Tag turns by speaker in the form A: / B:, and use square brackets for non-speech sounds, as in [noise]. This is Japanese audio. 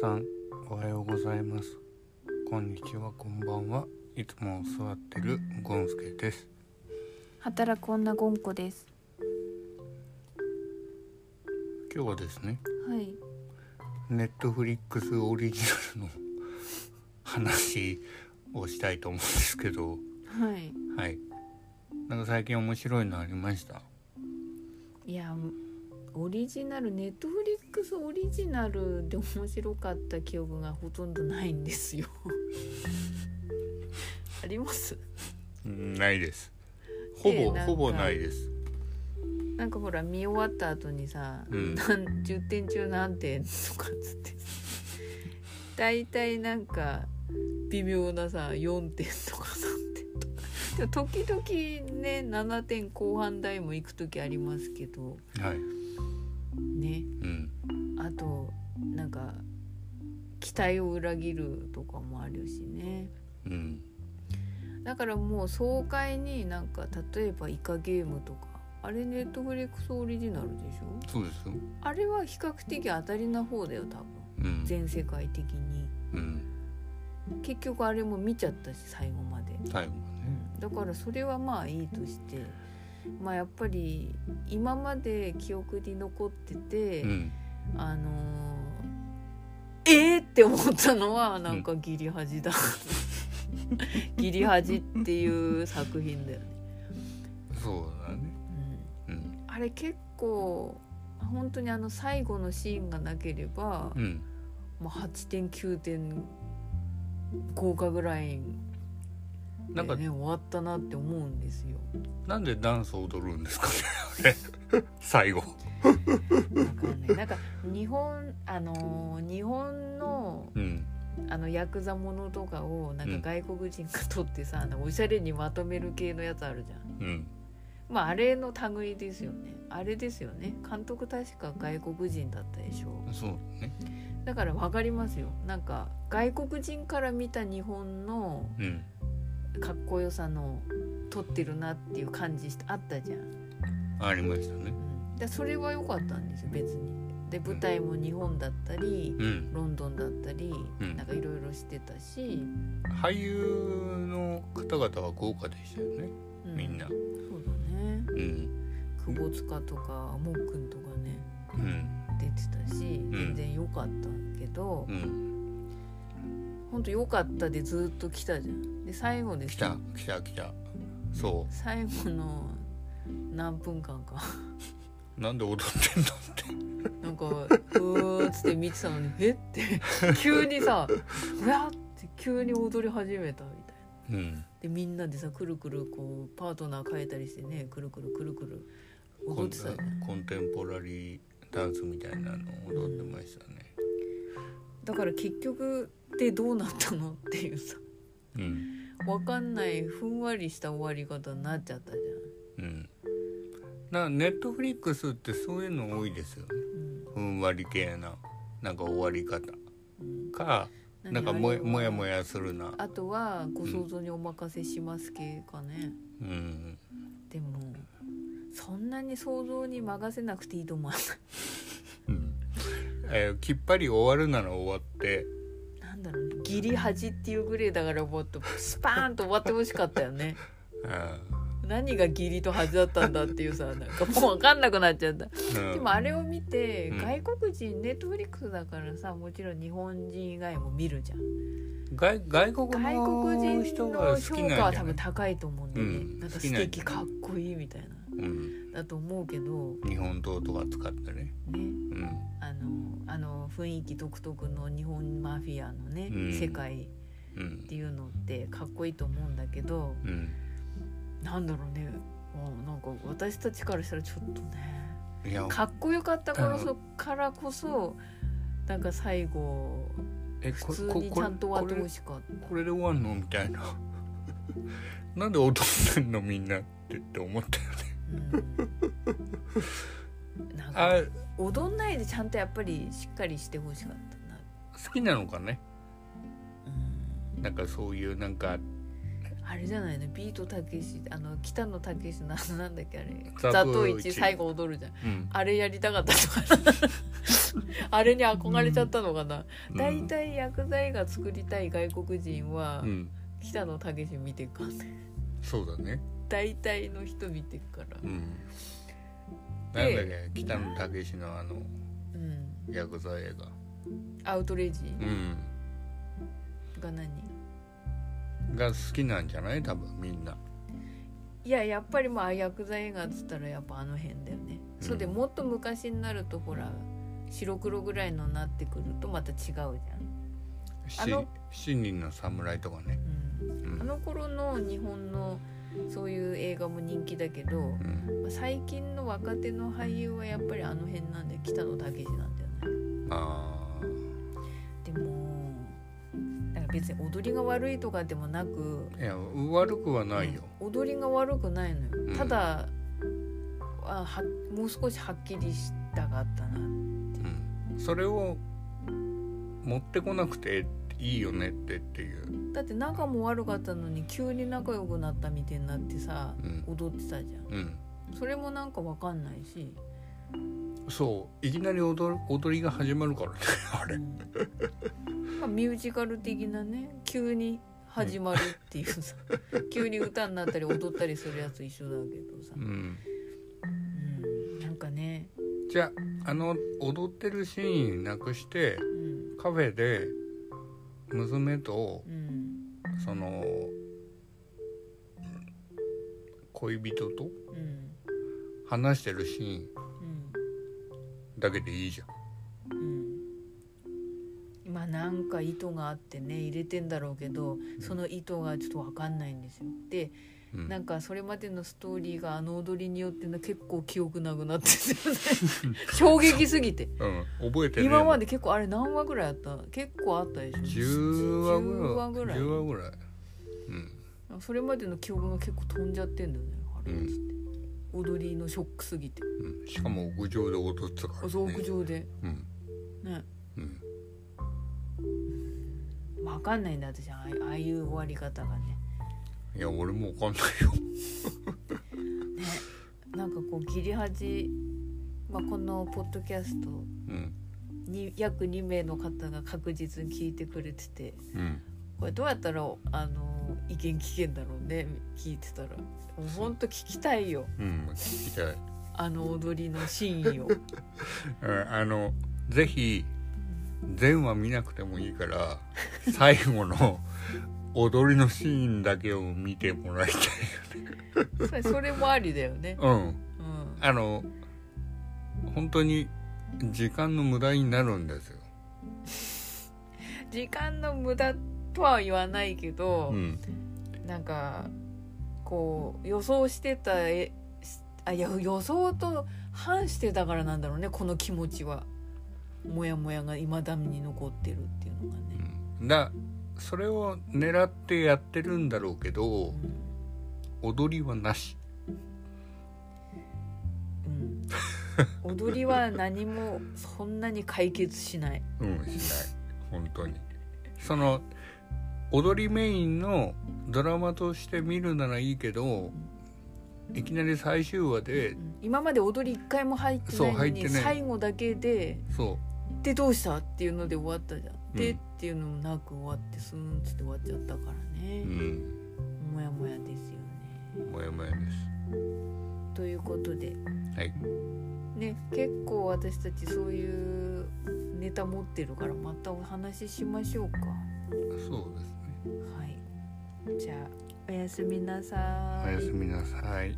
A: さんおはようございますこんにちはこんばんはいつも座ってるゴンスケです
B: 働く女ゴンコです。
A: 今日はですね
B: はい。
A: ネットフリックスオリジナルの話をしたいと思うんですけど
B: はい。
A: はいなんか最近面白いのありました
B: いや、オリジナル、ネットフリックスオリジナルで面白かった記憶がほとんどないんです [laughs] よ。あります
A: ないですほ
B: ええ
A: ぼ
B: なんか
A: ほぼないです
B: なんかほら、見終わった後にさ、
A: うん
B: なん10点中何点とかっつって。大体なんか、微妙なさ、4点とか3点とか。でも時々ね、7点後半台も行く時ありますけど、
A: はい
B: ね。
A: うん
B: あとなんか期待を裏切るとかもあるしね
A: うん
B: だからもう爽快になんか例えばイカゲームとかあれネットフリックスオリジナルでしょ
A: そうですよ
B: あれは比較的当たりな方だよ多分
A: うん
B: 全世界的に
A: うん
B: 結局あれも見ちゃったし最後まで
A: 最後はね
B: だからそれはまあいいとしてまあやっぱり今まで記憶に残ってて、
A: うん
B: あのーえー、って思ったのはなんか「ギリ恥だ」ギリ恥」っていう作品だよね。
A: そうだね
B: うん
A: うん
B: あれ結構本当にあの最後のシーンがなければ、
A: うん
B: まあ、8点9点合格ぐらい
A: な
B: で
A: んか
B: ね終わったなって思うんですよ。
A: なんでダンスを踊るんですかねあれ最後
B: わかんないなんか日本あのー日本の
A: うん
B: あのヤクザものとかをな
A: うんん
B: か外国人が撮ってさ、なんかおしゃれにまとめる系のやつあるじゃん
A: うん
B: まああれの類ですよねあれですよね監督確か外国人だったでしょ
A: そうね
B: だから分かりますよなんか外国人から見た日本の
A: うん
B: かっこよさの撮ってるなっていう感じしてあったじゃん、うん
A: ありましたね
B: でそれは良かったんですよ別にで舞台も日本だったり
A: うん
B: ロンドンだったり、
A: うん
B: なんかいろいろしてたし、
A: 俳優の方々は豪華でしたよね
B: う
A: みんな
B: そうだね
A: うん
B: 久保塚とかもっくんとかね
A: うん
B: 出てたし全然良かったけど、
A: うん
B: ほんと良かったでずっと来たじゃんで最後で
A: 来
B: す
A: た来た来たそ
B: 最後の何分間か [laughs]
A: うなんで踊ってんのって
B: なんかうーっつって見てたのに [laughs] 「えっ?」て急にさ [laughs] 「うわっ!」って急に踊り始めたみたいな。
A: うん
B: でみんなでさくるくるこうパートナー変えたりしてねくるくるくるくる
A: コ
B: 踊っ
A: ン
B: て
A: テ
B: たじゃん
A: コンテンポラリーダンスみたいなのを踊ってましたね
B: だから結局でどうなったのっていうさ
A: うん
B: わかんないふんわりした終わり方になっちゃったじ
A: うんなネットフリックスってそういうの多いですよね
B: ゃん。うん
A: ふんわり系ななんか終わり方
B: うん
A: かなんかもやもやも
B: や。
A: やするな
B: あとはご想像にお任せします系かね。
A: うん
B: でもそんなに想像に任せなくていいと思わな
A: うんえーきっぱり終わるなら終わって
B: い。 [laughs] なんだろうねギリ恥っていうぐらいだからもっとスパーンと終わってほしかったよね。 [laughs]
A: あ
B: 何がギリと恥だったんだっていうさなんかもうわかんなくなっちゃった。
A: ー
B: で
A: う
B: もあれを見て
A: うん
B: 外国人ネットフリックスだからさもちろん日本人以外も見るじゃん。
A: ん外外国
B: 外国
A: の
B: 人
A: 人
B: の
A: が好きな
B: 評価
A: ん
B: は
A: じゃな
B: 多
A: い
B: 分高いと思うんだよね、
A: うん
B: なんか
A: 好きなん
B: 素
A: じゃない
B: 敵かっこいいみたいな
A: うん、
B: だと思うけど
A: 日本刀とか使ってね
B: ね
A: うん
B: あのあの雰囲気独特の日本マフィアのね、
A: うん
B: 世界
A: う
B: っ
A: ん
B: ていうのってかっこいいと思うんだけど
A: うん
B: なんだろうねもうなんか私たちからしたらちょっとね
A: いや
B: かっこよかったから
A: あの
B: そからこそなんか最後
A: え
B: 普通
A: こ
B: に
A: こ
B: ちゃんと終わっ
A: こ
B: て
A: れ
B: ほしかった。
A: これで終わんのみたいな [laughs] なんで踊ってんのみんなってって思ったよね [laughs]
B: うんなんか
A: あ
B: 踊んないでちゃんとやっぱりしっかりしてほしかったな
A: 好きなのかねなんかそういうなんか
B: あれじゃないのビートたけしあの北野たけしななんだっけあれ
A: ザ
B: ザ
A: ブ
B: ト
A: イ
B: イ
A: チ
B: チ最後踊るじゃん
A: うん
B: あれやりたかったとか [laughs] あれに憧れちゃったのかな、大体薬剤が作りたい外国人は、
A: うん
B: 北野武見てっからね
A: そうだね
B: 大体の人見てっから
A: うんな
B: で
A: んだっけ北野武のあの
B: うん
A: ヤクザ映画
B: アウトレイジ
A: うん
B: が何
A: が好きなんじゃない多分みんない
B: ややっぱりまあ薬剤映画っつったらやっぱあの辺だよね、
A: うん
B: そうでもっと昔になるとほら白黒ぐらいのなってくるとまた違うじゃん、
A: し
B: あの
A: 七人の侍とかね
B: うん
A: う
B: あ
A: ん
B: の頃の日本のそういう映画も人気だけど、
A: うん
B: 最近の若手の俳優はやっぱりあの辺なんで北野武なんだよね
A: あ
B: でもなんか別に踊りが悪いとかでもなく
A: ーいや悪くはないよ
B: うん踊りが悪くないのよ、
A: うん
B: ただあはもう少しはっきりしたかったな
A: うんそれを持ってこなくていいよねってっていう
B: だって仲も悪かったのに急に仲良くなったみたいになってさ
A: うん
B: 踊ってたじゃん
A: うん
B: それもなんかわかんないし、
A: そういきなり踊る踊りが始まるからねあ
B: う
A: れ
B: んまあ、ミュージカル的なね急に始まるっていう
A: [laughs]
B: さ急に歌になったり踊ったりするやつ一緒だけどさ
A: う、ん
B: うん、なんかね、
A: じゃああの踊ってるシーンなくして
B: うん
A: カフェで娘と
B: うん
A: その恋人と
B: うん
A: 話してるシーン
B: うん
A: だけでいいじゃん
B: うん、まあなんか意図があってね入れてんだろうけどその意図がちょっと分かんないんですよで、
A: うん
B: なんかそれまでのストーリーがあの踊りによってね結構記憶なくなってて、ね、 [laughs] 衝撃すぎて
A: うん、覚えてねえもん
B: 今まで結構あれ何話ぐらいあった結構あったでしょ
A: 10話ぐらい
B: 10話ぐ
A: 10話
B: らい
A: ぐらいうん
B: それまでの記憶が結構飛んじゃってんだよねあれっつって、踊りのショックすぎて
A: うん、しかも屋上で踊ってたから、ね、
B: そう屋上で
A: うん
B: ね
A: うん
B: 分かんないんだ私ああいうああいう終わり方がね
A: いや俺もわかんないよ
B: ね、なんかこう切り端、まあ、このポッドキャスト
A: うん
B: に約2名の方が確実に聞いてくれてて
A: うん
B: これどうやったらあの意見聞けんだろうね聞いてたらもうほんと聞きたいよ
A: うん聞きたい、
B: あの踊りの真意を。うん
A: うん、あのぜひ全話見なくてもいい [laughs] から最後の踊りのシーンだけを見てもらいたい
B: それそれもありだよね。
A: うん
B: うん、
A: あの本当に時間の無駄になるんですよ
B: 時間の無駄とは言わないけど、
A: うん
B: なんかこう予想してたえしあいや予想と反してたからなんだろうねこの気持ちはモヤモヤが未だに残ってるっていうのがね、
A: うんだそれを狙ってやってるんだろうけど踊りはなし
B: うん、踊りは何もそんなに解決しない、
A: うんしない本当にその踊りメインのドラマとして見るならいいけどいきなり最終話で
B: うん今まで踊り一回も入ってないの
A: そう入って
B: に
A: ない
B: 最後だけで
A: そ
B: 「でどうした?」っていうので終わったじゃん「で」
A: う
B: っ
A: ん
B: ていうのもなく終わってスーンっつって終わっちゃったから
A: う、う
B: ね、
A: ん、
B: モヤモヤですよね。
A: もやもやです
B: ということで
A: はい
B: ね結構私たちそういうネタ持ってるからまたお話ししましょうか
A: そうですね
B: はいじゃあおやすみなさ
A: お
B: ーい
A: やすみなさい